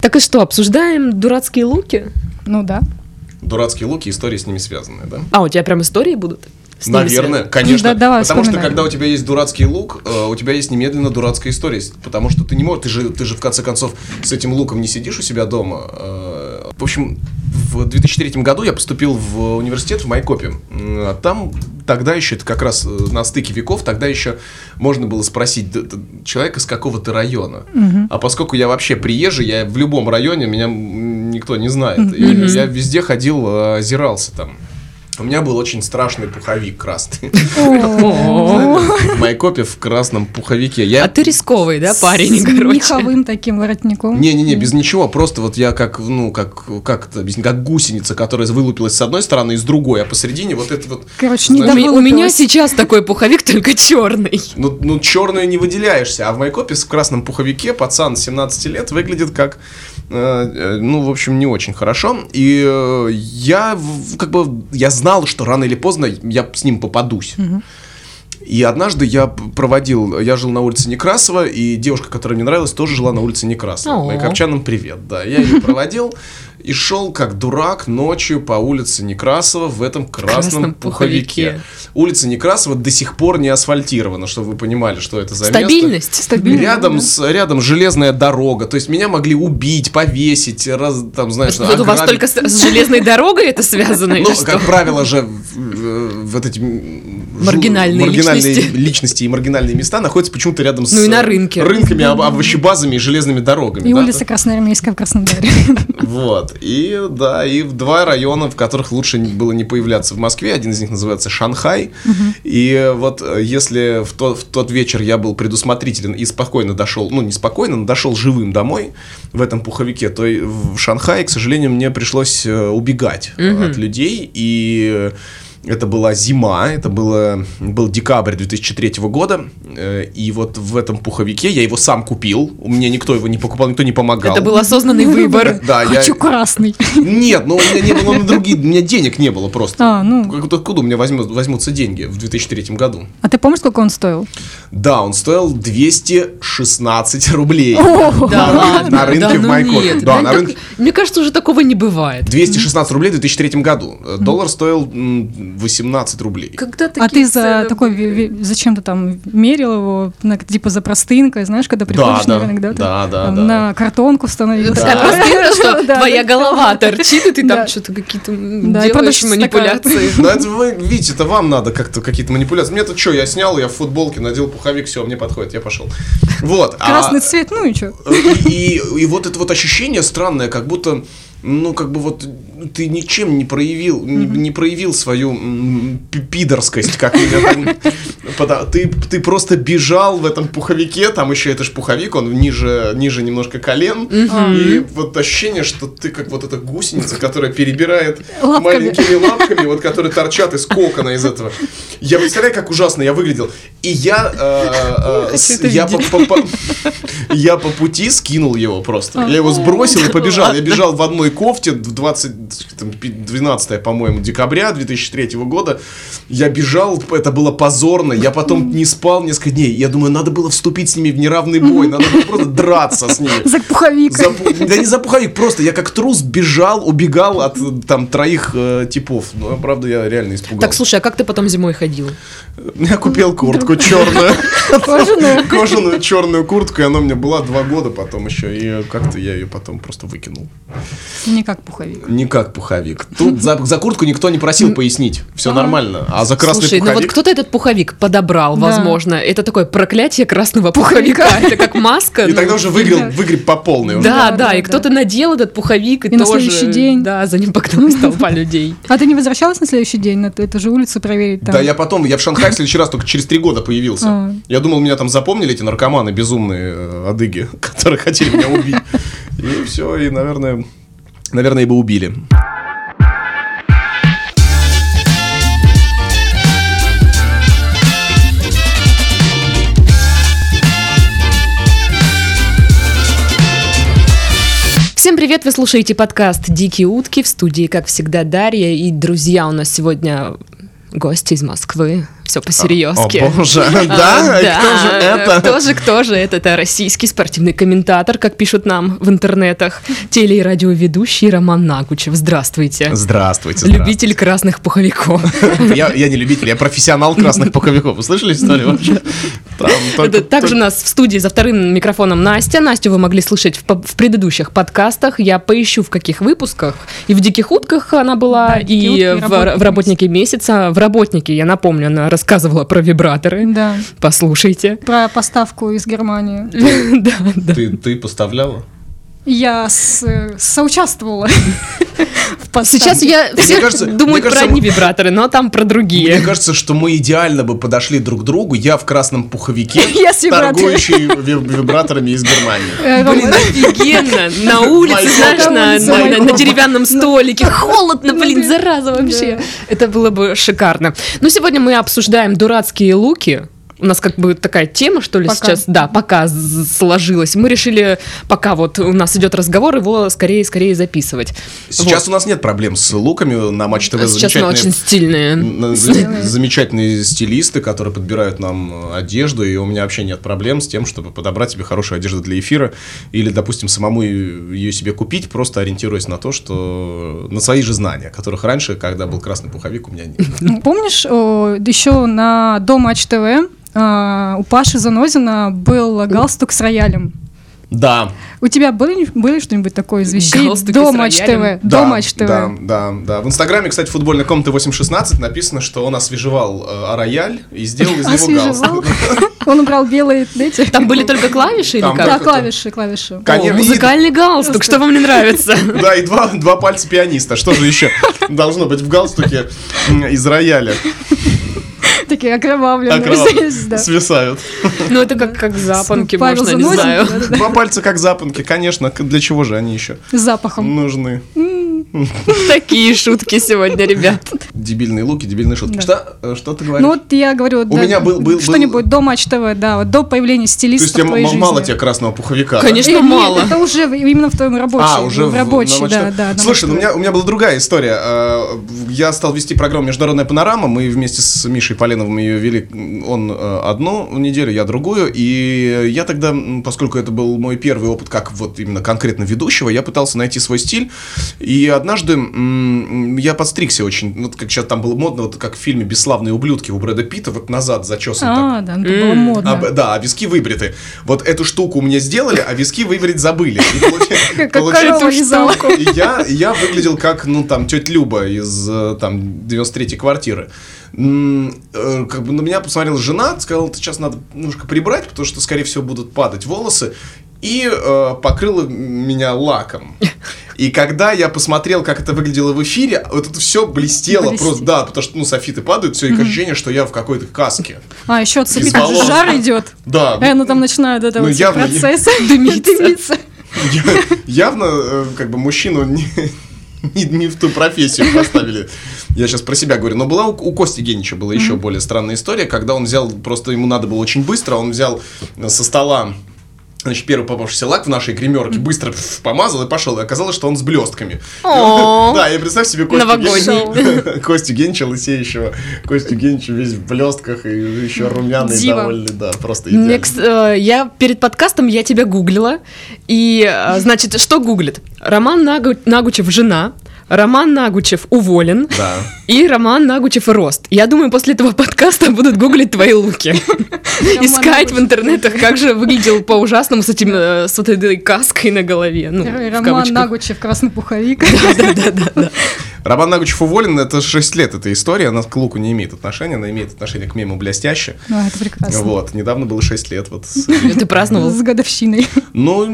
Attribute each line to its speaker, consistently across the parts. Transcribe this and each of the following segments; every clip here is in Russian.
Speaker 1: Так и что, обсуждаем дурацкие луки?
Speaker 2: Ну да.
Speaker 3: Дурацкие луки, истории с ними связаны, да?
Speaker 1: А, у тебя прям истории будут? С ними
Speaker 3: Наверное,
Speaker 1: связаны?
Speaker 3: конечно.
Speaker 2: Да, давай,
Speaker 3: потому что
Speaker 2: вспоминай.
Speaker 3: когда у тебя есть дурацкий лук, э, у тебя есть немедленно дурацкая история. с- Потому что ты не можешь, ты же, ты же в конце концов с этим луком не сидишь у себя дома. Э, В общем, в 2003 году я поступил в университет в Майкопе. М, а Там тогда еще, это как раз э, на стыке веков, тогда еще можно было спросить д- д- человека, с какого ты района. А поскольку я вообще приезжий, я в любом районе, меня м, никто не знает. И я везде ходил, э, озирался там. У меня был очень страшный пуховик красный.
Speaker 1: О,
Speaker 3: В Майкопе в красном пуховике.
Speaker 1: А
Speaker 3: Я...
Speaker 1: ты рисковый, да, парень,
Speaker 2: С
Speaker 1: короче?
Speaker 2: меховым таким воротником.
Speaker 3: Не-не-не, без ничего, просто вот я как, ну, как, как это объяснить, как гусеница, которая вылупилась с одной стороны и с другой, а посередине вот это вот,
Speaker 2: Короче, не
Speaker 1: У
Speaker 3: Знаешь,
Speaker 1: меня- У меня
Speaker 2: довылупилась.
Speaker 1: сейчас такой пуховик, только черный.
Speaker 3: ну, ну черную не выделяешься, а в Майкопе в красном пуховике пацан 17 лет выглядит как, э, э, ну, в общем, не очень хорошо, и э, я в- как бы, я знал, что рано или поздно я с ним попадусь. И однажды я п- проводил, я жил на улице Некрасова, и девушка, которая мне нравилась, тоже жила на улице Некрасова.
Speaker 1: О.
Speaker 3: Майкопчанам привет, да. Я ее проводил и шел как дурак ночью по улице Некрасова в этом красном,
Speaker 1: красном
Speaker 3: пуховике.
Speaker 1: пуховике.
Speaker 3: Улица Некрасова до сих пор не асфальтирована, чтобы вы понимали, что это за место.
Speaker 1: Стабильность.
Speaker 2: Стабильно.
Speaker 3: Рядом,
Speaker 2: да.
Speaker 3: с, рядом железная дорога, то есть меня могли убить, повесить, раз, там, знаешь,
Speaker 1: Что тут у вас
Speaker 3: ограбить.
Speaker 1: только с с железной дорогой это связано? или
Speaker 3: Ну,
Speaker 1: что?
Speaker 3: как правило же, в- э, вот эти м, жу-
Speaker 1: Маргинальные
Speaker 3: маргинальные
Speaker 1: личности.
Speaker 3: личности и маргинальные места находятся почему-то рядом с
Speaker 1: Ну и на
Speaker 3: э,
Speaker 1: рынке.
Speaker 3: рынками, об- овощебазами и железными дорогами.
Speaker 2: И
Speaker 3: да.
Speaker 2: улица Красноармейская в Краснодаре.
Speaker 3: Вот. И да, и в два района, в которых лучше не- было не появляться в Москве. Один из них называется Шанхай. И вот э, если в тот, в тот вечер я был предусмотрителен и спокойно дошел, ну не спокойно, но дошел живым домой в этом пуховике, то и в Шанхае, к сожалению, мне пришлось э, убегать э, от людей. И это была зима, это было, был декабрь 2003 года, э, и вот в этом пуховике я его сам купил, мне никто его не покупал, никто не помогал.
Speaker 1: Это был
Speaker 2: Ну,
Speaker 1: осознанный выбор.
Speaker 3: Да, я-
Speaker 2: Хочу красный.
Speaker 3: нет, ну у меня не было на другие, у меня денег не было просто.
Speaker 2: А, ну.
Speaker 3: Как- Откуда у меня возьмут, возьмутся деньги в 2003 году?
Speaker 2: А ты помнишь, сколько он стоил?
Speaker 3: Да, он стоил 216 рублей.
Speaker 1: Да ладно.
Speaker 3: на рынке
Speaker 1: да
Speaker 3: в
Speaker 1: ну
Speaker 3: Майкопе.
Speaker 1: нет.
Speaker 3: Да,
Speaker 1: Да
Speaker 3: на
Speaker 1: так-
Speaker 3: рынке.
Speaker 1: Мне кажется, уже такого не бывает.
Speaker 3: 216 рублей в 2003 году. Э, Доллар стоил м, 18 рублей.
Speaker 1: Когда
Speaker 2: А ты
Speaker 1: такие
Speaker 2: за
Speaker 1: цены
Speaker 2: такой
Speaker 1: были?
Speaker 2: ви- ви- зачем ты там мерил его, на- типа за простынкой, знаешь, когда приходишь
Speaker 3: да,
Speaker 2: на рынок, да, ты
Speaker 3: да, да,
Speaker 2: там
Speaker 3: да.
Speaker 2: на картонку
Speaker 1: Ну,
Speaker 2: встановил.
Speaker 1: Такая простынка, что
Speaker 2: Да,
Speaker 1: твоя голова торчит, и ты там
Speaker 2: Да.
Speaker 1: что-то какие-то м,
Speaker 2: Да, и
Speaker 1: делаешь
Speaker 2: продавщица
Speaker 1: манипуляции.
Speaker 3: Ну, это вы, видите, это вам надо как-то какие-то манипуляции. Мне-то что, я снял, я в футболке надел пуховик, все, мне подходит, я пошел. Вот. а-
Speaker 2: Красный цвет, ну и что?
Speaker 3: Э, И, и вот это вот ощущение странное, как будто, ну, как бы вот ты ничем не проявил, не, не проявил свою м, пи- пидорскость, как меня там- пода- ты, ты просто бежал в этом пуховике, там еще это ж пуховик, он ниже, ниже немножко колен, и вот ощущение, что ты как вот эта гусеница, которая перебирает
Speaker 2: Лапками.
Speaker 3: маленькими лапками, вот которые торчат из кокона из этого. Я представляю, как ужасно я выглядел. И я, э, э,
Speaker 1: хочу
Speaker 3: с-
Speaker 1: это
Speaker 3: я по- по- по- я по пути скинул его просто. Я его сбросил и побежал. Я бежал в одной кофте в 20, там, пи- 12, по-моему, декабря 2003 года. Я бежал, это было позорно. Я потом не спал несколько дней. Я думаю, надо было вступить с ними в неравный бой. Надо было просто драться с ними.
Speaker 2: За пуховик.
Speaker 3: За пу- да не за пуховик, просто я как трус бежал, убегал от э, там троих э, типов. Ну, а правда, я реально
Speaker 1: Так,
Speaker 3: испугался.
Speaker 1: слушай, а как ты потом зимой ходил?
Speaker 3: Я купил куртку черную.
Speaker 2: Кожаную.
Speaker 3: Кожаную черную куртку, и она у меня была два года потом еще, и как-то я ее потом просто выкинул.
Speaker 2: Не как пуховик.
Speaker 3: Не как пуховик. Тут за, за куртку никто не просил пояснить, все нормально. А за красный
Speaker 1: Слушай, ну вот
Speaker 3: пуховик-
Speaker 1: кто-то этот пуховик подобрал,
Speaker 2: Да.
Speaker 1: возможно. Это такое проклятие красного пуховика. Это как маска.
Speaker 3: И
Speaker 1: ну,
Speaker 3: тогда уже выгреб, выгреб по полной. уже.
Speaker 1: Да,
Speaker 2: Да,
Speaker 1: да,
Speaker 2: да,
Speaker 1: и
Speaker 2: да.
Speaker 1: кто-то надел этот пуховик и,
Speaker 2: И на
Speaker 1: тоже,
Speaker 2: следующий день.
Speaker 1: Да, за ним погналась толпа людей.
Speaker 2: А ты не возвращалась на следующий день на ту- эту же улицу проверить там?
Speaker 3: Да, я потом, я в Шанхае в следующий раз только через три года появился.
Speaker 2: А.
Speaker 3: Я думал, меня там запомнили эти наркоманы безумные, э, адыги, которые хотели меня убить. И все, и, наверное, наверное, бы убили.
Speaker 1: Всем привет, вы слушаете подкаст «Дикие утки» в студии, как всегда, Дарья. И, друзья, у нас сегодня гости из Москвы. все по-серьезки.
Speaker 3: А, О, боже, да? И Кто же это?
Speaker 1: А, Кто же, кто же это? Это российский спортивный комментатор, как пишут нам в интернетах. Теле- и радиоведущий Роман Нагучев. Здравствуйте.
Speaker 3: Здравствуйте, здравствуйте.
Speaker 1: Любитель красных пуховиков.
Speaker 3: Я, я не любитель, я профессионал красных пуховиков. Вы слышали историю вообще? Там только-
Speaker 1: Это также у нас в студии за вторым микрофоном Настя. Настю вы могли слышать в, по- в предыдущих подкастах. Я поищу, в каких выпусках. И в «Диких утках» она была,
Speaker 2: Да, «Дикие
Speaker 1: и
Speaker 2: утки»,
Speaker 1: в,
Speaker 2: «Работник
Speaker 1: в «Работнике месяца». В «Работнике», я напомню, она рассказывала про вибраторы.
Speaker 2: Да.
Speaker 1: Послушайте.
Speaker 2: Про поставку из Германии.
Speaker 1: Да, да.
Speaker 3: Ты, ты поставляла?
Speaker 2: Я с- э, соучаствовала в поставке.
Speaker 1: Сейчас я все
Speaker 3: кажется- мне
Speaker 1: думают про
Speaker 3: кажется,
Speaker 1: одни вибраторы, но там про
Speaker 3: Мне
Speaker 1: другие.
Speaker 3: кажется, что мы идеально бы подошли друг к другу. Я в красном пуховике,
Speaker 2: Я с вибраторами.
Speaker 3: торгующий виб- вибраторами из Германии.
Speaker 2: Э, Ром,
Speaker 1: Блин, офигенно, на улице,
Speaker 3: Мое
Speaker 1: знаешь, на,
Speaker 2: комбо.
Speaker 1: на- на- на деревянном столике, холодно,
Speaker 2: Ну
Speaker 1: блин,
Speaker 2: да.
Speaker 1: зараза вообще. Это было бы шикарно. Ну, сегодня мы обсуждаем дурацкие луки. У нас как бы такая тема, что ли,
Speaker 2: Пока.
Speaker 1: сейчас, да, пока з- сложилась. Мы решили, пока вот у нас идет разговор, его скорее-скорее записывать.
Speaker 3: Сейчас у нас нет проблем с луками на Матч ТВ.
Speaker 1: А Сейчас она очень
Speaker 3: замечательные
Speaker 1: стильная.
Speaker 3: м, за- Замечательные стилисты, которые подбирают нам э, одежду, и у меня вообще нет проблем с тем, чтобы подобрать себе хорошую одежду для эфира, или, допустим, самому ее себе купить, просто ориентируясь на то, что э, на свои же знания, которых раньше, когда был красный пуховик, у меня не было.
Speaker 2: Помнишь, еще на до Матч ТВ а, у Паши Занозина был галстук с роялем.
Speaker 3: Да,
Speaker 2: У тебя были, были что-нибудь такое из вещей
Speaker 1: Галстуки
Speaker 2: до
Speaker 1: с
Speaker 2: Матч ТВ?
Speaker 1: роялем?
Speaker 2: До Матч ТВ.
Speaker 3: Да, да, да. В Инстаграме, кстати, футбольная комната 816 написано, что он освежевал э, рояль и сделал из него
Speaker 2: Освежевал.
Speaker 3: галстук.
Speaker 2: Он убрал белые эти.
Speaker 1: Там были только клавиши или
Speaker 3: Там
Speaker 1: как?
Speaker 2: Да,
Speaker 3: как это?
Speaker 2: клавиши, клавиши.
Speaker 1: О,
Speaker 3: Конечно, и-
Speaker 1: музыкальный галстук, что вам не нравится?
Speaker 3: Да, и два, два пальца пианиста. Что же еще должно быть в галстуке м, из рояля?
Speaker 2: Такие окровавленные.
Speaker 3: Так, ровно
Speaker 2: здесь, да.
Speaker 3: свисают.
Speaker 1: Ну, это как, как запонки,
Speaker 2: Павел
Speaker 1: можно, не
Speaker 2: Занозин,
Speaker 1: знаю.
Speaker 2: да, да,
Speaker 3: Два пальца как запонки, конечно. к- Для чего же они еще
Speaker 2: да. С запахом.
Speaker 3: нужны?
Speaker 2: Ну.
Speaker 1: Такие шутки сегодня, ребят.
Speaker 3: Дебильные луки, дебильные шутки.
Speaker 2: Да.
Speaker 3: Что, э, что ты говоришь?
Speaker 2: Ну вот я говорю, да,
Speaker 3: меня был- был- был-
Speaker 2: что-нибудь до Матч ТВ, да, вот до появления
Speaker 3: То есть
Speaker 2: стилиста
Speaker 3: тебе
Speaker 2: в твоей
Speaker 3: м-
Speaker 2: жизни.
Speaker 3: мало тебе красного пуховика? да?
Speaker 1: Конечно,
Speaker 2: Э, нет,
Speaker 1: мало.
Speaker 2: это уже в- именно в твоем рабочем.
Speaker 3: А, уже
Speaker 2: в рабочей,
Speaker 3: на
Speaker 2: да,
Speaker 3: мачте.
Speaker 2: да. на
Speaker 3: Слушай, ну, у
Speaker 2: мачте.
Speaker 3: меня, у меня была другая история. Э, Я стал вести программу «Международная панорама». Мы вместе с Мишей Поленовым ее вели. м, Он э, одну неделю, я другую. И я тогда, м, поскольку это был мой первый опыт как вот именно конкретно ведущего, я пытался найти свой стиль. И однажды м, я подстригся очень. Ну, вот как сейчас там было модно, вот как в фильме «Бесславные ублюдки» у Брэда Питта, вот назад зачесан так
Speaker 2: А, да, ну, это было
Speaker 1: М.
Speaker 2: модно.
Speaker 3: а, б- да, а виски выбриты. Вот эту штуку мне сделали, а виски выбрить забыли. И получи-
Speaker 2: Как- как
Speaker 3: получилось-
Speaker 2: корова вязала.
Speaker 3: И я, я выглядел как, ну, там, тетя Люба из, э, там, 93-й квартиры. М, э, Как бы на меня посмотрела жена, сказала, ты сейчас надо немножко прибрать, потому что, скорее всего, будут падать волосы. И э, покрыла меня лаком. И когда я посмотрел, как это выглядело в эфире, вот это все блестело,
Speaker 2: Блестит.
Speaker 3: просто, да, потому что, ну, софиты падают, все, и ощущение, что я в какой-то каске.
Speaker 2: А, еще от софита
Speaker 3: Из
Speaker 2: же
Speaker 3: волос.
Speaker 2: жар идет.
Speaker 3: Да.
Speaker 2: Э, ну там начинают это
Speaker 3: Ну,
Speaker 2: вот все
Speaker 3: явно не-
Speaker 2: процессы дымиться.
Speaker 3: Я- Явно, э, как бы, мужчину не, не- не в ту профессию поставили. Я сейчас про себя говорю. Но была у, у Кости Генича была еще более странная история, когда он взял, просто ему надо было очень быстро, он взял э, со стола Значит, первый попавшийся лак в нашей гримерке быстро пф, помазал и пошел. И оказалось, что он с блестками.
Speaker 1: О.
Speaker 3: Да, и представь себе Костю
Speaker 1: Новогодний.
Speaker 3: Генича, Костю Генича лысеющего. Костю Генича весь в блестках и еще румяный,
Speaker 2: Дива.
Speaker 3: довольный. Да, просто идеально.
Speaker 1: Мне, кс- э, я перед подкастом я тебя гуглила. И, э, значит, что гуглит? Роман Нагу- Нагучев жена, Роман Нагучев уволен.
Speaker 3: Да.
Speaker 1: И Роман Нагучев рост. Я думаю, после этого подкаста будут гуглить твои луки. Искать в
Speaker 2: Нагучев.
Speaker 1: интернетах, как же выглядел по-ужасному с этим э, с вот этой каской на голове. Ну, в
Speaker 2: э, Роман
Speaker 1: кавычках.
Speaker 2: Нагучев, красный пуховик.
Speaker 1: Да-да-да-да.
Speaker 3: Роман Нагучев уволен, это 6 лет эта история, она к луку не имеет отношения, она имеет отношение к мему «Блестяще».
Speaker 2: Ну, это прекрасно.
Speaker 3: Вот, недавно было 6 лет. Вот.
Speaker 1: Ты праздновал?
Speaker 2: С годовщиной.
Speaker 3: Ну,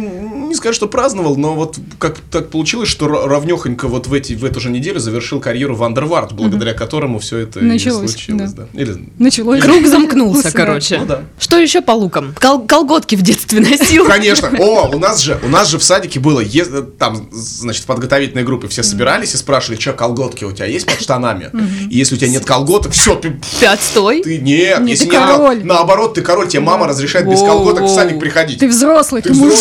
Speaker 3: не сказать, что праздновал, но вот как так получилось, что ра- равнёхонько вот в, эти, в эту же неделю завершил карьеру в Underworld, благодаря которому все это и
Speaker 2: Началось,
Speaker 3: случилось. Да. Или,
Speaker 2: Началось.
Speaker 1: Круг замкнулся,
Speaker 2: Да.
Speaker 1: короче.
Speaker 3: ну да.
Speaker 1: Что еще по лукам? Кол- колготки в детстве носил.
Speaker 3: Конечно. О, у нас же, у нас же в садике было, е- там, значит, в подготовительной группе все собирались и спрашивали, что колготки у тебя есть под штанами? И если у тебя нет колготок, все, ты
Speaker 1: Ты отстой.
Speaker 3: Ты нет,
Speaker 2: Не,
Speaker 3: если
Speaker 2: ты
Speaker 3: нет, кол-
Speaker 2: король.
Speaker 3: наоборот, ты король, тебе мама разрешает без
Speaker 1: Воу,
Speaker 3: колготок в
Speaker 1: воу.
Speaker 3: садик приходить.
Speaker 2: Ты взрослый, ты мужик.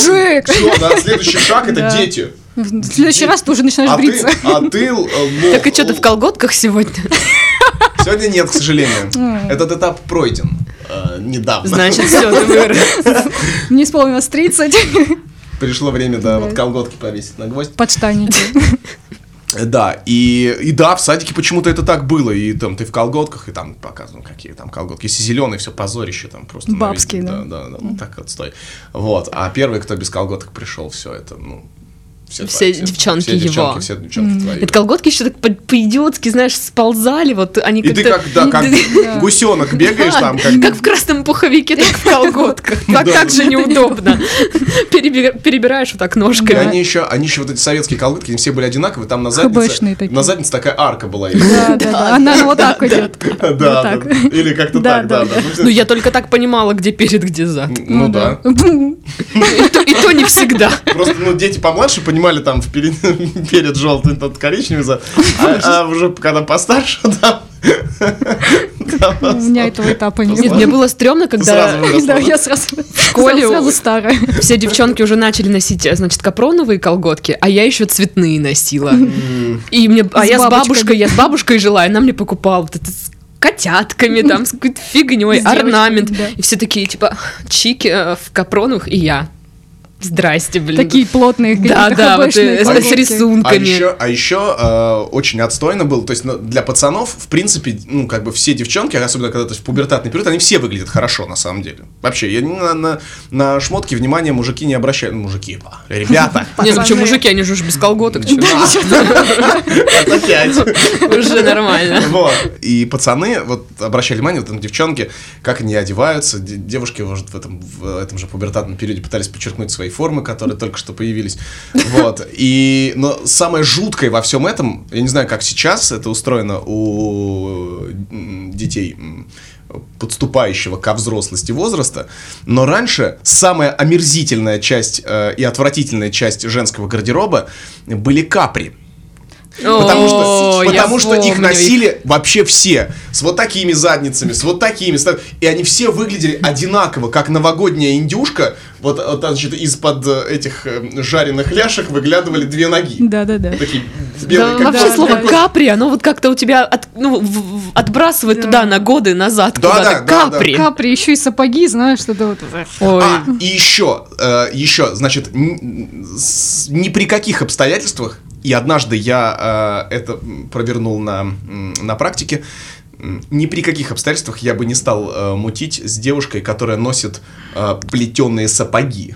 Speaker 3: Все, да, следующий шаг это
Speaker 2: Да.
Speaker 3: дети.
Speaker 2: В следующий раз ты уже начинаешь
Speaker 3: А ты,
Speaker 2: бриться.
Speaker 3: а ты, э, лох.
Speaker 1: Так и что, ты в колготках сегодня?
Speaker 3: Сегодня нет, к сожалению.
Speaker 2: М.
Speaker 3: Этот этап пройден э, недавно.
Speaker 1: Значит, все, ты вырос.
Speaker 2: Мне исполнилось 30.
Speaker 3: Пришло время,
Speaker 2: Да.
Speaker 3: да, вот колготки повесить на гвоздь.
Speaker 2: Подштанники.
Speaker 3: Э, Да, и, и да, в садике почему-то это так было, и там ты в колготках, и там показывают, какие там колготки, если зеленые, все позорище там просто. на весь-
Speaker 2: Бабские, да.
Speaker 3: Да, да, да, ну так отстой. Вот, а первый, кто без колготок пришел, все это, ну,
Speaker 1: Все
Speaker 3: твои,
Speaker 1: девчонки
Speaker 3: все девчонки,
Speaker 1: его.
Speaker 3: все девчонки твои.
Speaker 1: Это колготки еще так по- по-идиотски, знаешь, сползали, вот они
Speaker 3: И
Speaker 1: как-то...
Speaker 3: ты как, да, как
Speaker 2: Да.
Speaker 3: гусенок бегаешь там, как...
Speaker 1: Как в красном пуховике, так в колготках. Так,
Speaker 3: Да.
Speaker 1: так же неудобно. Перебер- Перебираешь вот так
Speaker 3: И
Speaker 1: ножками.
Speaker 3: они еще, они еще вот эти советские колготки, они все были одинаковые, там на заднице,
Speaker 2: ХБшные такие.
Speaker 3: на заднице такая арка была.
Speaker 2: Да, да, да. Она вот так идет.
Speaker 3: Да, да,
Speaker 2: Ну так.
Speaker 3: или как-то
Speaker 2: Да,
Speaker 3: так,
Speaker 2: да,
Speaker 3: да, да. Ну, всё-
Speaker 1: Ну, я только так понимала, где перед, где зад.
Speaker 3: Ну да.
Speaker 2: Бум.
Speaker 1: И то- и то не всегда.
Speaker 3: Просто, ну, дети помладше понимали там вперед, перед желтый, тот коричневый, за- а, а уже когда постарше, там...
Speaker 2: У меня этого этапа
Speaker 3: Нет,
Speaker 1: Нет,
Speaker 2: нет.
Speaker 1: мне было стрёмно, когда
Speaker 3: Сразу вырос.
Speaker 2: Да, я сразу
Speaker 1: школе-
Speaker 2: сразу старая.
Speaker 1: все девчонки уже начали носить, э, значит, капроновые колготки, а я еще цветные носила. И мне, а
Speaker 2: С
Speaker 1: я с
Speaker 2: бабочками.
Speaker 1: бабушкой, я с бабушкой жила, и она мне покупала вот это с котятками, там, с какой-то фигней,
Speaker 2: С девочками,
Speaker 1: орнамент.
Speaker 2: да.
Speaker 1: И все такие, типа, чики э, в капроновых, и я. Здрасте, блин.
Speaker 2: Такие плотные
Speaker 1: да,
Speaker 2: какие-то
Speaker 1: да, вот,
Speaker 2: хэбэшные
Speaker 1: э, с
Speaker 2: колготки.
Speaker 3: А
Speaker 1: рисунками.
Speaker 3: еще, а еще э, очень отстойно было, то есть ну, для пацанов, в принципе, ну, как бы все девчонки, особенно когда то есть, в пубертатный период, они все выглядят хорошо, на самом деле. Вообще, я не- на, на, на шмотки внимания мужики не обращают. Ну, Мужики, а, ребята.
Speaker 1: Не, ну почему
Speaker 2: пацаны.
Speaker 1: мужики, они же уже без колготок, чё?
Speaker 3: Опять.
Speaker 1: уже нормально.
Speaker 3: Вот. И пацаны, вот обращали внимание, вот там девчонки, как они одеваются. де- Девушки, может, в этом, в этом же пубертатном периоде пытались подчеркнуть свои формы, которые только что появились. Вот. И, но самое жуткое во всем этом, я не знаю, как сейчас это устроено у м, детей м, подступающего ко взрослости возраста, но раньше самая омерзительная часть э, и отвратительная часть женского гардероба были капри. Потому что,
Speaker 1: О, я
Speaker 3: потому что их
Speaker 1: помню
Speaker 3: носили вообще все. С вот такими задницами, с вот такими. с так- И они все выглядели одинаково, как новогодняя индюшка. Вот, вот, значит, из-под э, этих э, жареных ляшек выглядывали две ноги.
Speaker 2: Да, да, да.
Speaker 3: Такие
Speaker 1: Да,
Speaker 3: белые, как
Speaker 1: вообще
Speaker 2: да,
Speaker 1: слово
Speaker 2: да.
Speaker 1: капри, оно вот как-то у тебя от- ну, в- в- отбрасывает
Speaker 2: Да.
Speaker 1: туда на годы назад.
Speaker 3: Да,
Speaker 1: куда-то.
Speaker 3: да, да, да.
Speaker 1: капри.
Speaker 2: Капри, еще и сапоги, знаешь, что-то вот.
Speaker 1: Ой.
Speaker 3: А, и еще, э, еще, значит, н- с- ни при каких обстоятельствах, и однажды я э, это м, провернул на, м, на практике, м, ни при каких обстоятельствах я бы не стал э, мутить с девушкой, которая носит э, плетеные сапоги.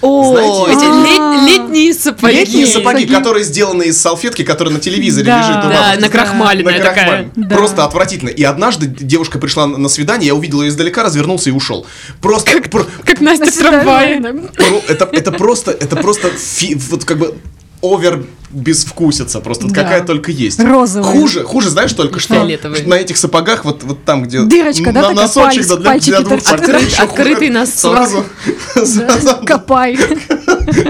Speaker 1: О,
Speaker 3: Знаете,
Speaker 1: эти
Speaker 2: а-а.
Speaker 1: лет- летние сапоги.
Speaker 3: Плетние сапоги,
Speaker 2: Сапоги.
Speaker 3: которые сделаны из салфетки, которая на телевизоре
Speaker 2: Да.
Speaker 3: лежит
Speaker 2: Да,
Speaker 3: у вас.
Speaker 1: Да, накрахмаленная такая.
Speaker 3: Накрахмаль.
Speaker 2: Да.
Speaker 3: Просто отвратительно. И однажды девушка пришла на на свидание, я увидел ее издалека, развернулся и ушел. Просто про-
Speaker 1: Как Настя в трамвае.
Speaker 3: Про- это, это просто, это просто фи- вот как бы овер безвкусица просто, вот
Speaker 2: Да.
Speaker 3: какая только есть.
Speaker 2: Розовые.
Speaker 3: Хуже, хуже, знаешь, только что,
Speaker 1: Фиолетовые.
Speaker 3: что на этих сапогах, вот, вот там, где
Speaker 2: Дырочка, да,
Speaker 3: на
Speaker 2: такая, палец-
Speaker 3: носочек, да, для, для
Speaker 2: пальчики
Speaker 3: двух
Speaker 2: торчат.
Speaker 3: партнеров еще хуже.
Speaker 1: Открытый носок.
Speaker 3: Сразу, сразу
Speaker 2: Копай.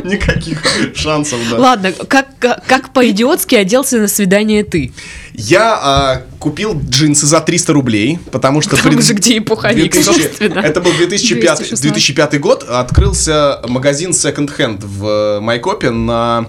Speaker 3: никаких шансов, да.
Speaker 1: Ладно, как, как, как по-идиотски оделся на свидание ты?
Speaker 3: Я а, купил джинсы за 300 рублей, потому что...
Speaker 1: Там
Speaker 3: прин-
Speaker 1: же, где и пуховик,
Speaker 3: 2000
Speaker 1: собственно.
Speaker 3: Это был 2005,
Speaker 2: 216.
Speaker 3: 2005 год. Открылся магазин Second Hand в э, Майкопе на...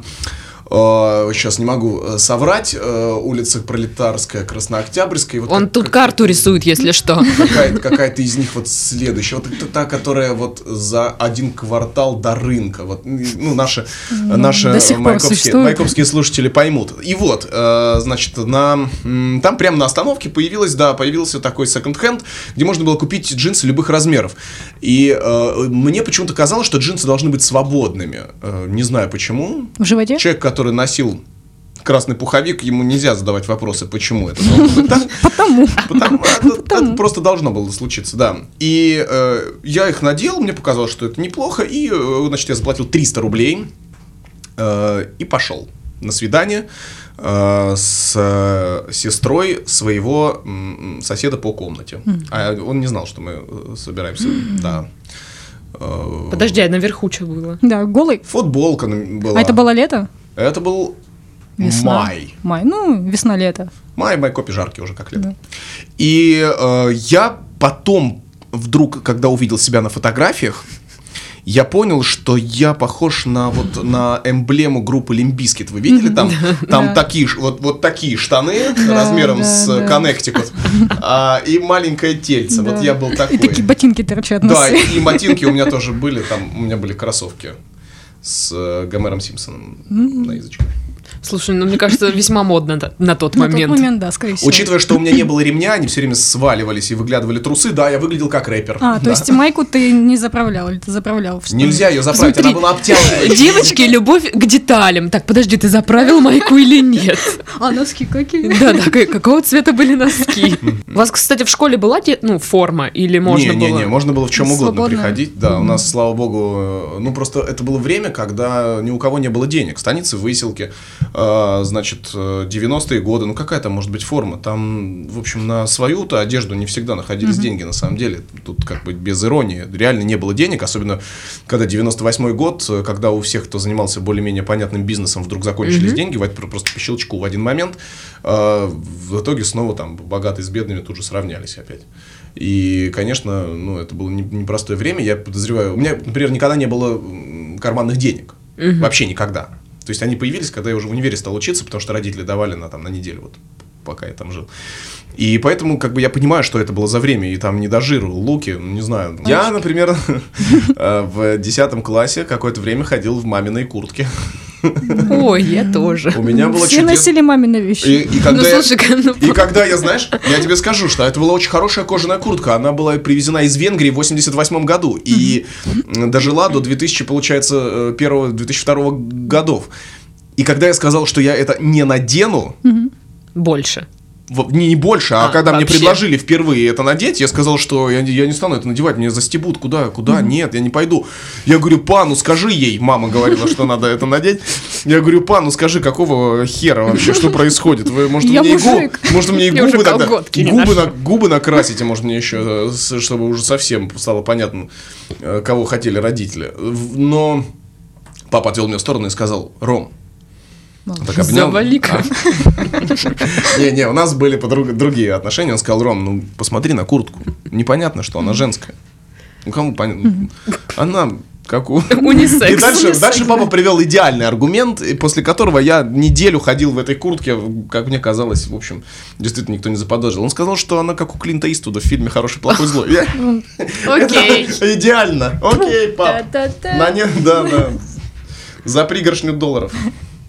Speaker 3: э, Сейчас не могу э, соврать. э, Улица Пролетарская, Краснооктябрьская. и Вот
Speaker 1: Он
Speaker 3: как-
Speaker 1: тут карту рисует, если что.
Speaker 3: Какая-то, какая-то из них вот следующая. Вот это та, которая вот за один квартал до рынка. Вот, ну, наши, наши
Speaker 2: до сих пор
Speaker 3: майкопские,
Speaker 2: существует.
Speaker 3: майкопские слушатели поймут. И вот, э, значит, на, м, там прямо на остановке появилась, да, появился такой секонд-хенд, где можно было купить джинсы любых размеров. И э, мне почему-то казалось, что джинсы должны быть свободными. Э, не знаю почему.
Speaker 2: В животе?
Speaker 3: Человек, который носил красный пуховик, ему нельзя задавать вопросы, почему это должно быть так.
Speaker 2: Потому.
Speaker 3: Потому, а, ну, это, это просто должно было случиться, да. И э, я их надел, мне показалось, что это неплохо, и, э, значит, я заплатил 300 рублей э, и пошел на свидание э, с э, сестрой своего м, соседа по комнате. А он не знал, что мы э, собираемся, да. Э,
Speaker 1: Подожди, а наверху что было?
Speaker 2: Да, голый.
Speaker 3: Футболка на- была.
Speaker 2: А это было лето?
Speaker 3: Это был
Speaker 2: Весна.
Speaker 3: май.
Speaker 2: Май. Ну, весна-лето.
Speaker 3: Май, май копи жаркие уже как лето. И э, я потом вдруг, когда увидел себя на фотографиях, я понял, что я похож на вот на эмблему группы Лимбискет. Вы видели там? Там
Speaker 2: Да.
Speaker 3: такие ж- вот вот такие штаны
Speaker 2: Да,
Speaker 3: размером
Speaker 2: да,
Speaker 3: с
Speaker 2: да.
Speaker 3: Коннектикут А, и маленькое тельце. Вот
Speaker 2: Да.
Speaker 3: я был такой.
Speaker 2: И такие ботинки торчат
Speaker 3: Да,
Speaker 2: носы.
Speaker 3: и, и ботинки у меня тоже были, там у меня были кроссовки с э, Гомером Симпсоном на язычке.
Speaker 1: Слушай, ну мне кажется, весьма модно та- на тот
Speaker 2: На тот
Speaker 1: момент.
Speaker 2: момент, да, скорее всего.
Speaker 3: Учитывая, что у меня не было ремня, они все время сваливались и выглядывали трусы, да, я выглядел как рэпер.
Speaker 2: А, то
Speaker 3: Да.
Speaker 2: есть э, майку ты не заправлял, или ты заправлял? Что ли?
Speaker 3: Нельзя ее заправить, она
Speaker 1: Смотри.
Speaker 3: была обтянутой.
Speaker 1: Девочки, любовь к деталям. Так, подожди, ты заправил майку или нет?
Speaker 2: А носки какие?
Speaker 1: Да, да, к- какого цвета были носки? У вас, кстати, в школе была те- ну, форма или можно
Speaker 3: не,
Speaker 1: было?
Speaker 3: не, не, можно было в чем угодно
Speaker 2: Свободно.
Speaker 3: приходить. Да, у нас, слава богу, э, ну просто это было время, когда ни у кого не было денег. Станицы, выселки, э, значит, э, 90-е годы. Ну какая там может быть форма? Там, в общем, на свою-то одежду не всегда находились деньги, на самом деле. Тут как бы без иронии. Реально не было денег, особенно когда 98-й год, э, когда у всех, кто занимался более-менее понятным бизнесом, вдруг закончились деньги, вот про- просто по щелчку в один момент. э, В итоге снова там богатые с бедными тут же сравнялись опять. И, конечно, ну, это было не- непростое время. Я подозреваю... У меня, например, никогда не было м, карманных денег. Вообще никогда. То есть они появились, когда я уже в универе стал учиться, потому что родители давали на, там, на неделю, вот, пока я там жил. И поэтому, как бы, я понимаю, что это было за время, и там не до жиру, луки, ну, не знаю. Я, например, э, в 10 классе какое-то время ходил в маминой куртке.
Speaker 1: Ой, я тоже.
Speaker 3: У меня было
Speaker 2: Все
Speaker 3: чудес-
Speaker 2: носили мамины
Speaker 3: и,
Speaker 2: вещи.
Speaker 3: и
Speaker 1: Ну,
Speaker 3: когда я-
Speaker 1: слушай, ну,
Speaker 3: и когда я, знаешь, я тебе скажу, что это была очень хорошая кожаная куртка. Она была привезена из Венгрии в 88 году и м, дожила до 2000, получается, э, 1-2002 годов. И когда я сказал, что я это не надену,
Speaker 1: больше.
Speaker 3: в- не, не больше, а,
Speaker 1: А,
Speaker 3: когда мне
Speaker 1: вообще?
Speaker 3: предложили впервые это надеть, я сказал, что я, не- я не стану это надевать, меня застебут, куда, куда, нет, я не пойду. Я говорю, па, ну скажи ей, мама говорила, что надо это надеть. Я говорю, па, ну скажи, какого хера вообще, что происходит? Вы, может,
Speaker 2: Я
Speaker 3: мне и гу-
Speaker 2: мужик.
Speaker 3: может, мне и
Speaker 1: Я уже
Speaker 3: губы тогда-
Speaker 1: колготки не
Speaker 3: губы,
Speaker 1: ношу.
Speaker 3: на- губы накрасите, может, мне еще, э, с- чтобы уже совсем стало понятно, э, кого хотели родители. В- Но папа отвел меня в сторону и сказал, Ром,
Speaker 2: Молодец.
Speaker 3: так обнял.
Speaker 1: Завали-ка.
Speaker 3: А. Не-не, у нас были подруг- другие отношения. Он сказал, Ром, ну посмотри на куртку. Непонятно, что она женская. Ну кому понятно? Она как у...
Speaker 1: Унисекс.
Speaker 3: И дальше, дальше папа привел идеальный аргумент, и после которого я неделю ходил в этой куртке, как мне казалось, в общем, действительно никто не заподозрил. Он сказал, что она как у Клинта Иствуда в фильме «Хороший, плохой, злой». Я-
Speaker 1: Окей.
Speaker 3: Это Идеально. Окей, пап. На не- Да, да. За пригоршню долларов.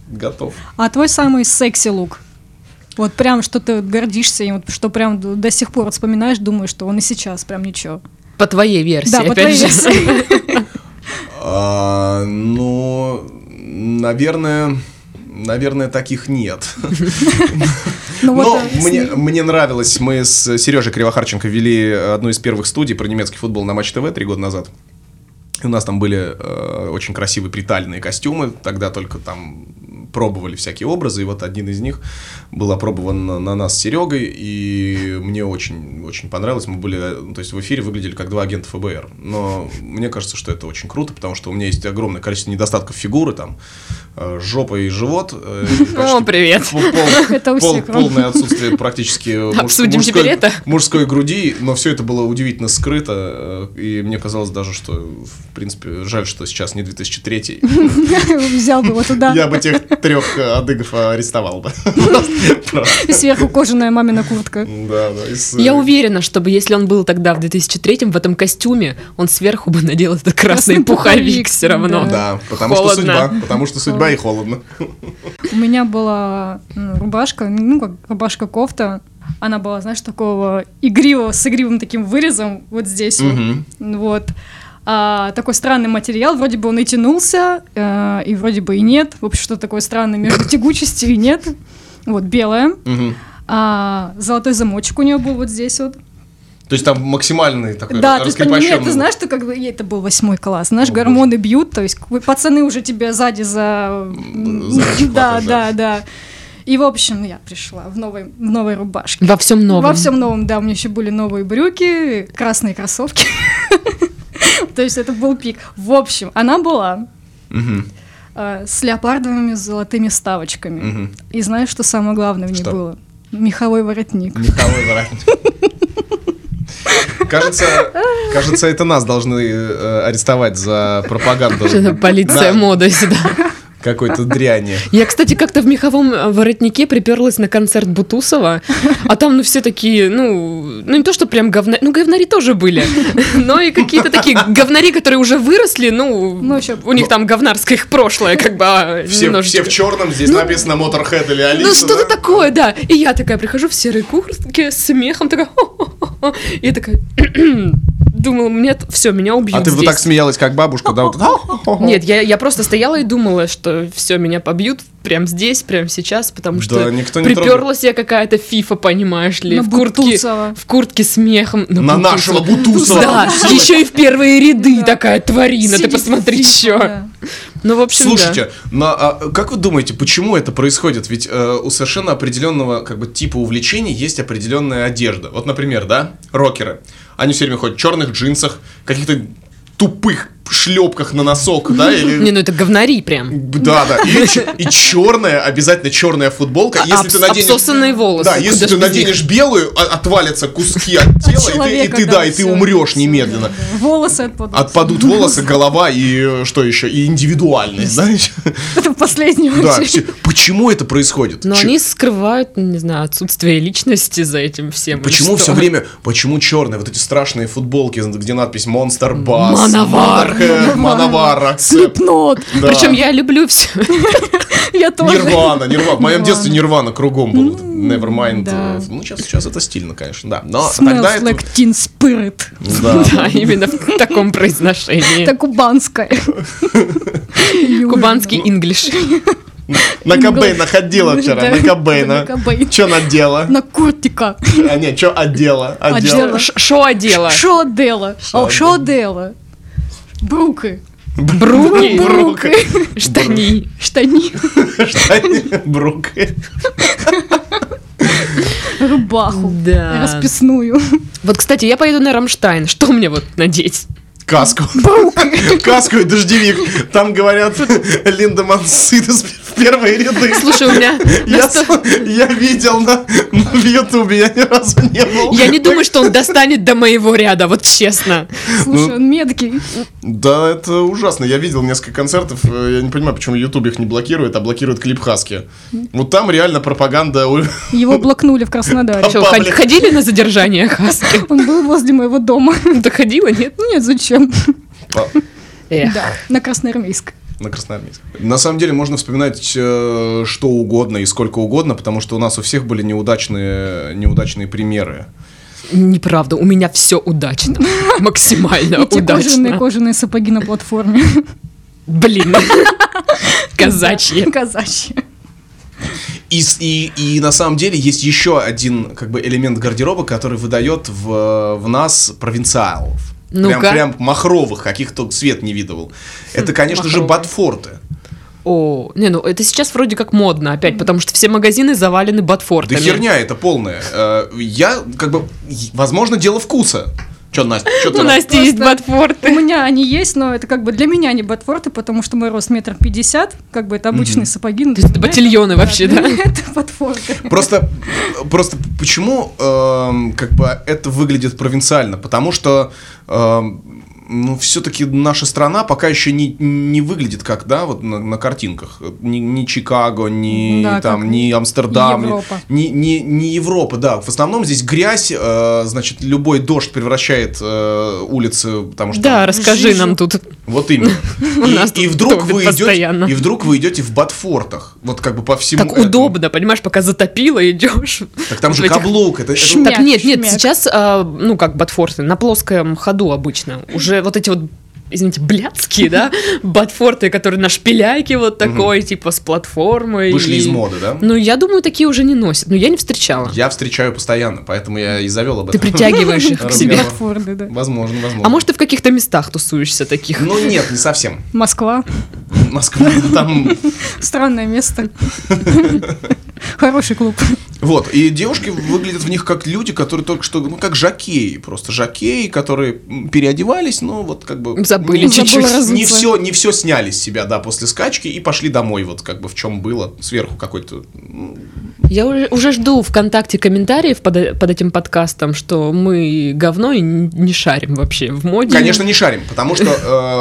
Speaker 3: Готов.
Speaker 2: А твой самый секси лук? Вот прям что ты гордишься, и вот что прям до до сих пор вспоминаешь, думаешь, что он и сейчас прям ничего.
Speaker 1: По твоей версии,
Speaker 2: Да, по
Speaker 1: опять
Speaker 2: твоей
Speaker 1: же.
Speaker 2: версии.
Speaker 3: А, ну, наверное, наверное, таких нет.
Speaker 2: Ну вот,
Speaker 3: Но
Speaker 2: а, с
Speaker 3: мне,
Speaker 2: ней-
Speaker 3: мне нравилось, мы с Сережей Кривохарченко вели одну из первых студий про немецкий футбол на Матч ТВ три года назад. И у нас там были э, очень красивые притальные костюмы, тогда только там пробовали всякие образы, и вот один из них был опробован на, на нас с Серегой, и мне очень-очень понравилось. Мы были, э, то есть в эфире выглядели как два агента ФБР, но мне кажется, что это очень круто, потому что у меня есть огромное количество недостатков фигуры, там э, жопа и живот. э, и
Speaker 1: О,
Speaker 3: почти
Speaker 1: привет.
Speaker 3: Пол- пол-
Speaker 2: Это у
Speaker 3: пол-
Speaker 2: всех, Ром.
Speaker 3: полное отсутствие практически муж-
Speaker 1: Обсудим
Speaker 3: мужской-
Speaker 1: теперь это?
Speaker 3: мужской груди, но все это было удивительно скрыто, э, и мне казалось даже, что, в принципе, жаль, что сейчас не 2003
Speaker 2: Взял бы вот туда,
Speaker 3: Я бы тех трех адыгов арестовал бы. Просто.
Speaker 2: и сверху кожаная мамина куртка.
Speaker 3: Да, да, э, и с-
Speaker 1: Я уверена, чтобы если он был тогда в 2003 в этом костюме, он сверху бы надел этот красный
Speaker 2: Красный
Speaker 1: пуховик
Speaker 2: пуховик,
Speaker 1: все равно.
Speaker 3: Да, потому что
Speaker 1: Холодно.
Speaker 3: судьба, потому что судьба и холодно.
Speaker 2: У меня была м, рубашка, ну как рубашка-кофта, она была, знаешь, такого игривого, с игривым таким вырезом вот здесь вот.
Speaker 3: Мгм.
Speaker 2: Вот. А, такой странный материал, вроде бы он и тянулся, э, и вроде бы и нет. В общем, что такое странное между тягучестью и нет. Вот, белая.
Speaker 3: Мгм.
Speaker 2: А, золотой замочек у нее был вот здесь вот.
Speaker 3: То есть там максимальный такой
Speaker 2: да, то есть, понимаешь,
Speaker 3: раскрепощенный.
Speaker 2: ты знаешь, что как бы и это был восьмой класс,
Speaker 3: О,
Speaker 2: знаешь,
Speaker 3: боже.
Speaker 2: гормоны бьют, то есть вы- пацаны уже тебя сзади за...
Speaker 3: М, за ручку
Speaker 2: Да,
Speaker 3: хватают,
Speaker 2: да, да. И, в общем, я пришла в новой, в новой рубашке.
Speaker 1: Во всем новом.
Speaker 2: Во всем новом, да, у меня еще были новые брюки, красные кроссовки. То есть это был пик. В общем, она была
Speaker 3: Мгм.
Speaker 2: э, с леопардовыми золотыми ставочками.
Speaker 3: Мгм.
Speaker 2: И знаешь, что самое главное в ней
Speaker 3: Что?
Speaker 2: было? Меховой воротник.
Speaker 3: Меховой воротник. Кажется, кажется, это нас должны э, арестовать за пропаганду.
Speaker 1: Что-то полиция
Speaker 3: Да,
Speaker 1: моды сюда.
Speaker 3: Какой-то дряни.
Speaker 1: Я, кстати, как-то в меховом э, воротнике приперлась на концерт Бутусова, а там, ну, все такие, ну, ну, не то, что прям говнари, ну, говнари тоже были, но и какие-то такие говнари, которые уже выросли, ну,
Speaker 2: Ну, ещё-
Speaker 1: у них там говнарское их прошлое, как бы, а,
Speaker 3: Все, все в
Speaker 1: немножечко.
Speaker 3: черном, здесь
Speaker 1: Ну,
Speaker 3: написано Motorhead или Алиса.
Speaker 1: Ну, что-то
Speaker 3: да?
Speaker 1: такое, да. И я такая прихожу в серой куртке с смехом, такая, «Хо-хо-хо-хо». и такая, думала, мне все, меня убьют
Speaker 3: А ты вот
Speaker 1: здесь».
Speaker 3: так смеялась, как бабушка, да? вот, «Хо-хо-хо».
Speaker 1: Нет, я, я просто стояла и думала, что все, меня побьют прям здесь, прям сейчас, потому что
Speaker 3: Да, никто не трогает.
Speaker 1: приперлась я какая-то фифа, понимаешь ли,
Speaker 2: На
Speaker 1: в куртке,
Speaker 2: Бутусова.
Speaker 1: в куртке с мехом.
Speaker 3: На нашего Бутусова.
Speaker 1: Да, еще и в первые ряды
Speaker 2: Да.
Speaker 1: такая тварина, ты
Speaker 2: Сидит
Speaker 1: посмотри,
Speaker 2: фифа,
Speaker 1: что.
Speaker 2: да.
Speaker 1: Ну, в общем, да.
Speaker 3: Слушайте, на- а как вы думаете, почему это происходит? Ведь э, у совершенно определенного как бы типа увлечений есть определенная одежда. Вот, например, да, рокеры. Они все время ходят в черных джинсах, каких-то тупых шлепках на носок, да,
Speaker 1: Не,
Speaker 3: или...
Speaker 1: ну это говнари прям.
Speaker 3: Да, да. И, ч- и черная, обязательно черная футболка. А, Если ты
Speaker 1: А Обс-
Speaker 3: наденешь
Speaker 1: Обсосанные волосы.
Speaker 3: да, если
Speaker 1: куда ж
Speaker 3: ты
Speaker 1: без них.
Speaker 3: наденешь белую, а- отвалятся куски от тела, и ты- и
Speaker 2: человека,
Speaker 3: ты, да, и ты
Speaker 2: всё,
Speaker 3: умрешь
Speaker 2: всё, да,
Speaker 3: немедленно.
Speaker 2: да. Волосы отпадут.
Speaker 3: Отпадут волосы, голова и э, что еще? И индивидуальность, знаешь?
Speaker 2: Это в последнюю
Speaker 3: Да,
Speaker 2: очередь.
Speaker 3: все. Почему это происходит?
Speaker 1: Но
Speaker 3: Чё-
Speaker 1: они скрывают, не знаю, отсутствие личности за этим всем. или
Speaker 3: Почему
Speaker 1: что?
Speaker 3: все время, почему черные, вот эти страшные футболки, где надпись Monster Bass,
Speaker 1: Мановар.
Speaker 3: Motorhead, Мановар, Accept,
Speaker 2: Слепнот.
Speaker 3: да.
Speaker 1: Причем я люблю все.
Speaker 2: Я тоже.
Speaker 3: Нирвана, Нирвана. В моем
Speaker 2: Нирвана.
Speaker 3: детстве Нирвана кругом был. Nevermind.
Speaker 2: да.
Speaker 3: э, Ну, сейчас, сейчас это стильно, конечно, да. Но
Speaker 2: Smells
Speaker 3: тогда это...
Speaker 2: like teen spirit.
Speaker 3: Да.
Speaker 1: Да, именно в таком произношении.
Speaker 2: Это кубанская.
Speaker 1: Кубанский инглиш.
Speaker 3: На Кобейна ходила вчера,
Speaker 2: Да,
Speaker 3: на
Speaker 2: на
Speaker 3: Кобейна.
Speaker 2: Кобейна.
Speaker 3: Че надела?
Speaker 2: На куртика.
Speaker 3: А не, че одела? Одела.
Speaker 2: Одела.
Speaker 1: ну, Шо одела?
Speaker 2: Шо дела?
Speaker 3: Шо
Speaker 2: А шо дела? Бруки.
Speaker 1: Бруки,
Speaker 2: Бруки.
Speaker 1: штани.
Speaker 2: Штани.
Speaker 3: Штани, Брук.
Speaker 2: Рубаху.
Speaker 1: Да.
Speaker 2: Расписную.
Speaker 1: Вот, кстати, я поеду на Рамштайн. Что мне вот надеть?
Speaker 3: Каску. Каску и дождевик. Там говорят Линда Мансит из- в первые ряды.
Speaker 1: Слушай, ну у меня...
Speaker 3: Я,
Speaker 1: наста-
Speaker 3: с- я видел на, на- в Ютубе, я ни разу не был.
Speaker 1: Я не думаю, что он достанет до моего ряда, вот честно.
Speaker 2: Слушай, он меткий.
Speaker 3: Да, это ужасно. Я видел несколько концертов. э, Я не понимаю, почему Ютуб их не блокирует, а блокирует клип Хаски. Вот там реально пропаганда. у-
Speaker 2: Его блокнули в Краснодаре.
Speaker 1: Чё, ход-
Speaker 3: Павлик.
Speaker 1: ходили на задержание Хаски?
Speaker 2: Он был возле моего дома.
Speaker 1: Да ходила, нет?
Speaker 2: Нет, зачем?
Speaker 3: А,
Speaker 1: Эх.
Speaker 2: Да, на Красноармейск.
Speaker 3: На Красноармейск. На самом деле можно вспоминать э, что угодно и сколько угодно, потому что у нас у всех были неудачные, неудачные примеры.
Speaker 1: Неправда, у меня все удачно. Максимально
Speaker 2: И те кожаные,
Speaker 1: удачно.
Speaker 2: кожаные сапоги на платформе.
Speaker 1: Блин. Казачьи.
Speaker 2: Казачьи.
Speaker 3: И, с- и, и на самом деле есть еще один как бы элемент гардероба, который выдает в, в нас провинциалов.
Speaker 1: Ну-ка. Хм,
Speaker 3: Прям, прям махровых, каких то свет не видывал. Это, конечно же,
Speaker 1: махровые.
Speaker 3: ботфорты.
Speaker 1: О, не, ну это сейчас вроде как модно опять, потому что все магазины завалены ботфортами.
Speaker 3: Да херня это полная. Э, Я, как бы, е- возможно, дело вкуса. Че, Настя, чё ты
Speaker 1: У
Speaker 3: рад?
Speaker 1: Насти Ну, есть ботфорты.
Speaker 2: У меня они есть, но это как бы для меня не ботфорты, потому что мой рост метр пятьдесят, как бы это обычные
Speaker 3: Мгм.
Speaker 2: сапоги. ну,
Speaker 1: То есть
Speaker 2: для меня
Speaker 1: ботильоны
Speaker 2: это-
Speaker 1: вообще, да?
Speaker 2: для меня Это ботфорты.
Speaker 3: Просто, просто почему эм, как бы это выглядит провинциально? Потому что эм, ну, все-таки наша страна пока еще не, не выглядит как, да, вот на, на картинках. Ни, ни Чикаго, ни,
Speaker 2: Да,
Speaker 3: там,
Speaker 2: как
Speaker 3: ни Амстердам. ни-
Speaker 2: Европа.
Speaker 3: Ни, ни- ни Европа, да. В основном здесь грязь, э, значит, любой дождь превращает э, улицы, потому что...
Speaker 1: Да, расскажи
Speaker 2: жижу.
Speaker 1: нам тут.
Speaker 3: Вот именно.
Speaker 1: У нас
Speaker 3: И, и
Speaker 1: тут
Speaker 3: вдруг
Speaker 1: топит
Speaker 3: вы идете,
Speaker 1: постоянно.
Speaker 3: и вдруг вы идете в Батфортах, вот как бы по всему.
Speaker 1: Так
Speaker 3: этому.
Speaker 1: удобно, понимаешь, пока затопило, идешь.
Speaker 3: Так там
Speaker 1: в
Speaker 3: же
Speaker 1: этих-
Speaker 3: каблук. Это, это-
Speaker 2: Шмяк,
Speaker 1: так нет, нет,
Speaker 2: шмяк.
Speaker 1: сейчас, а, ну как ботфорты, на плоском ходу обычно. Уже вот эти вот, извините, блядские, да, ботфорты, которые на шпиляйке вот такой, типа с платформой.
Speaker 3: вышли из
Speaker 1: и-
Speaker 3: моды, да?
Speaker 1: Ну, я думаю, такие уже не носят. Но я не встречала.
Speaker 3: Я встречаю постоянно, поэтому я и завел об
Speaker 1: Ты
Speaker 3: этом.
Speaker 1: притягиваешь их к себе.
Speaker 3: Разговор.
Speaker 2: Ботфорты, да.
Speaker 3: Возможно, возможно.
Speaker 1: А может, ты в каких-то местах тусуешься таких?
Speaker 3: Ну нет, не совсем.
Speaker 2: Москва.
Speaker 3: Москва там.
Speaker 2: Странное место. Хороший клуб.
Speaker 3: Вот. И девушки выглядят в них как люди, которые только что, ну, как жакеи. Просто жакеи, которые м, переодевались, но вот как бы.
Speaker 1: Забыли
Speaker 3: не-
Speaker 1: чуть-чуть.
Speaker 2: Забыла разуться.
Speaker 3: Не все, не все сняли с себя, да, после скачки и пошли домой, вот как бы в чем было, сверху какой-то м,
Speaker 1: Я уже, уже жду ВКонтакте комментариев под, под этим подкастом, что мы говно и н- не шарим вообще в моде.
Speaker 3: Конечно, не шарим, потому что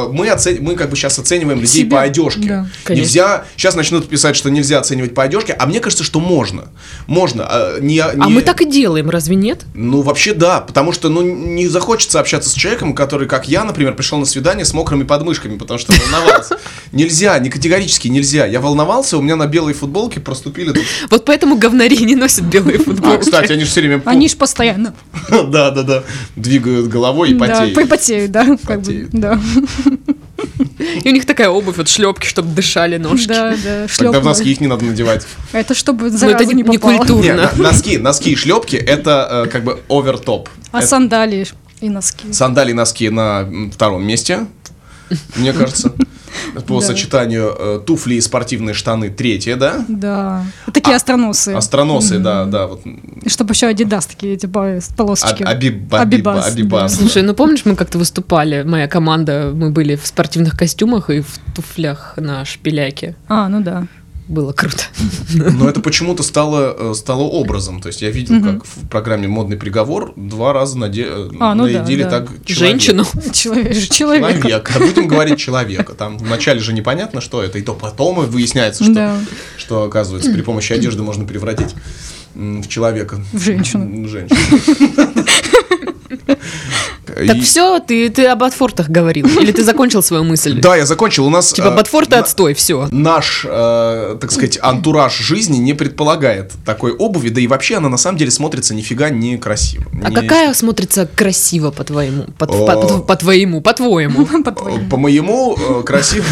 Speaker 3: э, мы, оце- мы как бы сейчас оцениваем людей
Speaker 2: Себя,
Speaker 3: по одежке.
Speaker 2: да.
Speaker 1: Конечно.
Speaker 3: Нельзя, сейчас начнут писать, что нельзя оценивать по одежке, а мне кажется, что можно. Можно. э, не,
Speaker 1: А
Speaker 3: не-
Speaker 1: мы так и делаем, разве нет?
Speaker 3: Ну, вообще да, потому что, ну, не захочется общаться с человеком, который, как я, например, пришел на свидание с мокрыми подмышками, потому что волновался. Нельзя, не категорически нельзя. Я волновался, у меня на белой футболке проступили... тут-
Speaker 1: Вот поэтому говнари не носят белые
Speaker 3: А,
Speaker 1: футболки.
Speaker 3: кстати, они же все время...
Speaker 2: Они ж постоянно
Speaker 3: Да-да-да, двигают головой и
Speaker 2: да,
Speaker 3: потеют.
Speaker 2: припотеют, да, как бы,
Speaker 3: Потеют.
Speaker 2: да,
Speaker 1: И у них такая обувь, вот шлепки, чтобы дышали ножки.
Speaker 2: да, да,
Speaker 3: Тогда
Speaker 2: шлёпнули.
Speaker 3: в носки их не надо надевать.
Speaker 2: Это чтобы
Speaker 1: Но это
Speaker 2: зараза
Speaker 1: не,
Speaker 2: не
Speaker 1: не
Speaker 2: попала.
Speaker 3: Не,
Speaker 1: культурно.
Speaker 3: на- носки, носки и шлепки это э, как бы овертоп.
Speaker 2: А
Speaker 3: Это
Speaker 2: сандалии и носки.
Speaker 3: Сандалии и носки на м, втором месте, мне кажется. По
Speaker 2: Да.
Speaker 3: сочетанию э, туфли и спортивные штаны третье, да?
Speaker 2: Да. Такие
Speaker 3: А-
Speaker 2: остроносы.
Speaker 3: Астроносы, да, да. Вот.
Speaker 2: И чтобы еще Адидас такие, типа, с полосочки.
Speaker 3: А- абиба- абиба-
Speaker 2: Абибас,
Speaker 3: абибас.
Speaker 1: Слушай, ну помнишь, мы как-то выступали, моя команда, мы были в спортивных костюмах и в туфлях на шпиляке.
Speaker 2: А, ну да.
Speaker 1: Было круто.
Speaker 3: Но это почему-то стало, э, стало образом. То есть я видел,
Speaker 2: Мгм.
Speaker 3: как в программе «Модный приговор» два раза наде... э,
Speaker 2: А, ну да,
Speaker 3: наедили
Speaker 2: да.
Speaker 3: так человека.
Speaker 1: Женщину.
Speaker 2: Человек. человек.
Speaker 3: Человека. А Будем говорить человека. Там вначале же непонятно, что это, и то потом и выясняется, что
Speaker 2: Да,
Speaker 3: что, оказывается, при помощи одежды можно превратить м, в человека.
Speaker 2: В женщину.
Speaker 3: М, Женщину. И-
Speaker 1: Так все, ты, ты об отфортах говорил. Или ты закончил свою мысль?
Speaker 3: Да, я закончил. У нас...
Speaker 1: Типа,
Speaker 3: э,
Speaker 1: ботфорты
Speaker 3: на-
Speaker 1: отстой, все.
Speaker 3: Наш, э, так сказать, антураж жизни не предполагает такой обуви, да и вообще она на самом деле смотрится нифига не красиво.
Speaker 1: А
Speaker 3: Не-
Speaker 1: какая смотрится красиво по твоему? По,
Speaker 3: О.
Speaker 1: по- по твоему, по твоему.
Speaker 2: по-твоему.
Speaker 3: По моему э, красиво.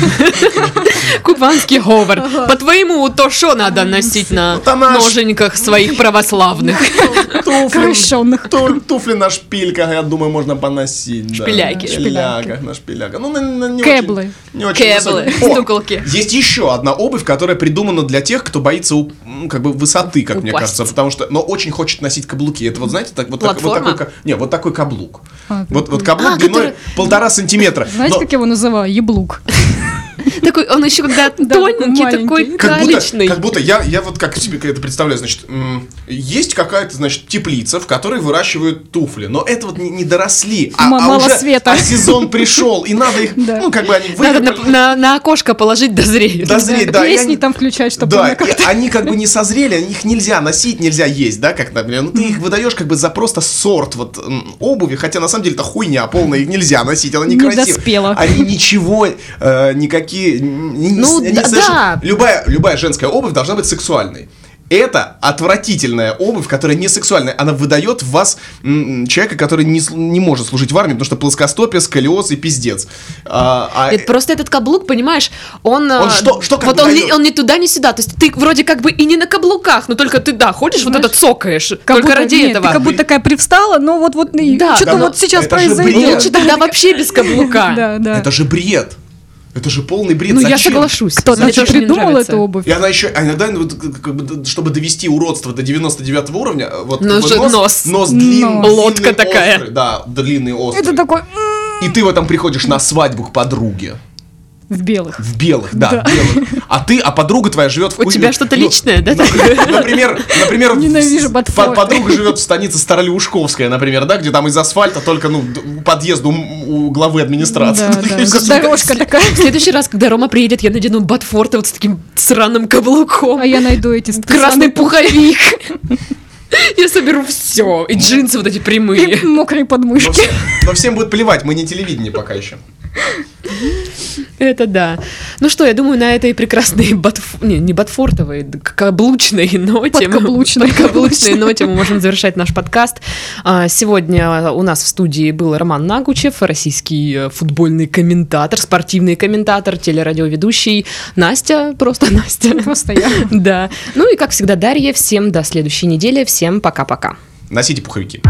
Speaker 1: Кубанский Ховард. По твоему то что надо носить на
Speaker 3: Там аж-
Speaker 1: ноженьках своих православных?
Speaker 3: Туфли,
Speaker 2: Крещенных.
Speaker 3: ту- туфли на шпильках, я думаю, можно поносить. да.
Speaker 1: Шпиляки.
Speaker 3: Шпиляках, на шпиляках. Ну, на- на- не очень-
Speaker 2: Кэблы.
Speaker 3: не очень
Speaker 1: Кеблы,
Speaker 3: высоких. О,
Speaker 1: стуколки.
Speaker 3: Есть еще одна обувь, которая придумана для тех, кто боится уп- м, как бы высоты, как мне
Speaker 1: Упасть.
Speaker 3: кажется, потому что, но очень хочет носить каблуки. Это вот знаете, так вот, так- вот
Speaker 1: Платформа?
Speaker 3: такой, ка- не, вот такой каблук.
Speaker 2: А,
Speaker 3: вот вот
Speaker 2: прикольно.
Speaker 3: каблук
Speaker 1: А,
Speaker 3: длиной
Speaker 1: который-
Speaker 3: полтора сантиметра.
Speaker 2: Знаете,
Speaker 3: Но
Speaker 2: как я его называю? Еблук.
Speaker 1: Такой, он еще когда
Speaker 2: Да, такой
Speaker 1: тоненький, такой
Speaker 2: маленький.
Speaker 3: как будто,
Speaker 1: калечный.
Speaker 3: как будто я, я вот как себе это представляю, значит, м, есть какая-то, значит, теплица, в которой выращивают туфли, но это вот не, не доросли, а,
Speaker 2: М-
Speaker 3: а
Speaker 2: мало
Speaker 3: уже
Speaker 2: света.
Speaker 3: а сезон пришел, и надо их,
Speaker 2: Да.
Speaker 3: ну, как бы они
Speaker 1: Надо на,
Speaker 3: выросли.
Speaker 1: на- на окошко положить, дозреют.
Speaker 3: Дозреют, да, и
Speaker 2: Песни
Speaker 3: они-
Speaker 2: там включать, чтобы
Speaker 3: да,
Speaker 2: она как-то...
Speaker 3: и они как бы не созрели, их нельзя носить, нельзя есть, да, как, например, ну ты их выдаешь как бы за просто сорт вот м, обуви, хотя на самом деле это хуйня полная, их нельзя носить, она некрасивая.
Speaker 2: доспела.
Speaker 3: Они ничего, э, никакие, н- не-
Speaker 1: Ну,
Speaker 3: не
Speaker 1: да- да.
Speaker 3: совершенно- Любая, любая женская обувь должна быть сексуальной. Это отвратительная обувь, которая не сексуальная. Она выдает в вас м, человека, который не, сл- не может служить в армии, потому что плоскостопие, сколиоз и пиздец. А, а-
Speaker 1: Нет, просто этот каблук, понимаешь, он...
Speaker 3: Он
Speaker 1: а,
Speaker 3: что- что как
Speaker 1: вот он, не-
Speaker 3: дает?
Speaker 1: он не туда, не сюда. То есть ты вроде как бы и не на каблуках, но только ты, да, ходишь, вот
Speaker 2: Знаешь,
Speaker 1: это цокаешь.
Speaker 2: Как
Speaker 1: только
Speaker 2: будто,
Speaker 1: ради
Speaker 2: нет,
Speaker 1: этого.
Speaker 2: ты как будто такая привстала, но вот-вот и
Speaker 1: Да.
Speaker 2: что-то
Speaker 3: Да, но
Speaker 2: вот сейчас
Speaker 3: это же
Speaker 2: произойдет.
Speaker 1: Лучше тогда вообще без каблука.
Speaker 2: Да, да.
Speaker 3: Это же бред. Это же полный бред.
Speaker 1: Ну, я
Speaker 3: Зачем?
Speaker 1: соглашусь.
Speaker 2: Кто-то
Speaker 1: Мне
Speaker 2: же
Speaker 1: тоже не
Speaker 2: придумал
Speaker 1: нравится.
Speaker 2: эту обувь.
Speaker 3: И она еще, а иногда, ну, вот, как- как бы, д- чтобы довести уродство до 99 уровня, э, вот
Speaker 1: Ну,
Speaker 3: вот
Speaker 1: же
Speaker 3: нос,
Speaker 1: нос.
Speaker 3: длин-
Speaker 2: Нос.
Speaker 1: Лодка
Speaker 3: длинный,
Speaker 1: такая.
Speaker 3: острый, да, длинный острый.
Speaker 2: Это такой... м,
Speaker 3: И ты в этом приходишь на свадьбу к подруге.
Speaker 2: В белых.
Speaker 3: В белых, да,
Speaker 2: Да.
Speaker 3: в белых. А ты, а подруга твоя живет в
Speaker 1: У
Speaker 3: Куй-
Speaker 1: тебя что-то
Speaker 3: ну,
Speaker 1: личное, да?
Speaker 3: ну, Например, например, в-
Speaker 2: Ненавижу ботфорты.
Speaker 3: под- подруга живет в станице Старолеушковская, например, да, где там из асфальта только, ну, д- подъезд у, у главы администрации.
Speaker 2: Да, да. Дорожка такая.
Speaker 1: В следующий раз, когда Рома приедет, я надену ботфорты вот с таким сраным каблуком.
Speaker 2: А я найду эти
Speaker 1: Красный
Speaker 2: странные
Speaker 1: пуховик. Я соберу все. И джинсы вот эти прямые.
Speaker 2: и мокрые
Speaker 3: Но
Speaker 2: подмышки.
Speaker 3: всем- но всем будет плевать, мы не телевидение пока еще.
Speaker 1: Это да. Ну что, я думаю, на этой прекрасной ботф... не, не ботфортовой, д- к- каблучной ноте. мы-
Speaker 2: Подкаблучной.
Speaker 1: подкаблучной ноте мы можем завершать наш подкаст. А, Сегодня у нас в студии был Роман Нагучев, российский э, футбольный комментатор, спортивный комментатор, телерадиоведущий. Настя, просто Настя.
Speaker 2: Просто я.
Speaker 1: Да. Ну и, как всегда, Дарья. Всем до следующей недели. Всем пока-пока.
Speaker 3: Носите пуховики.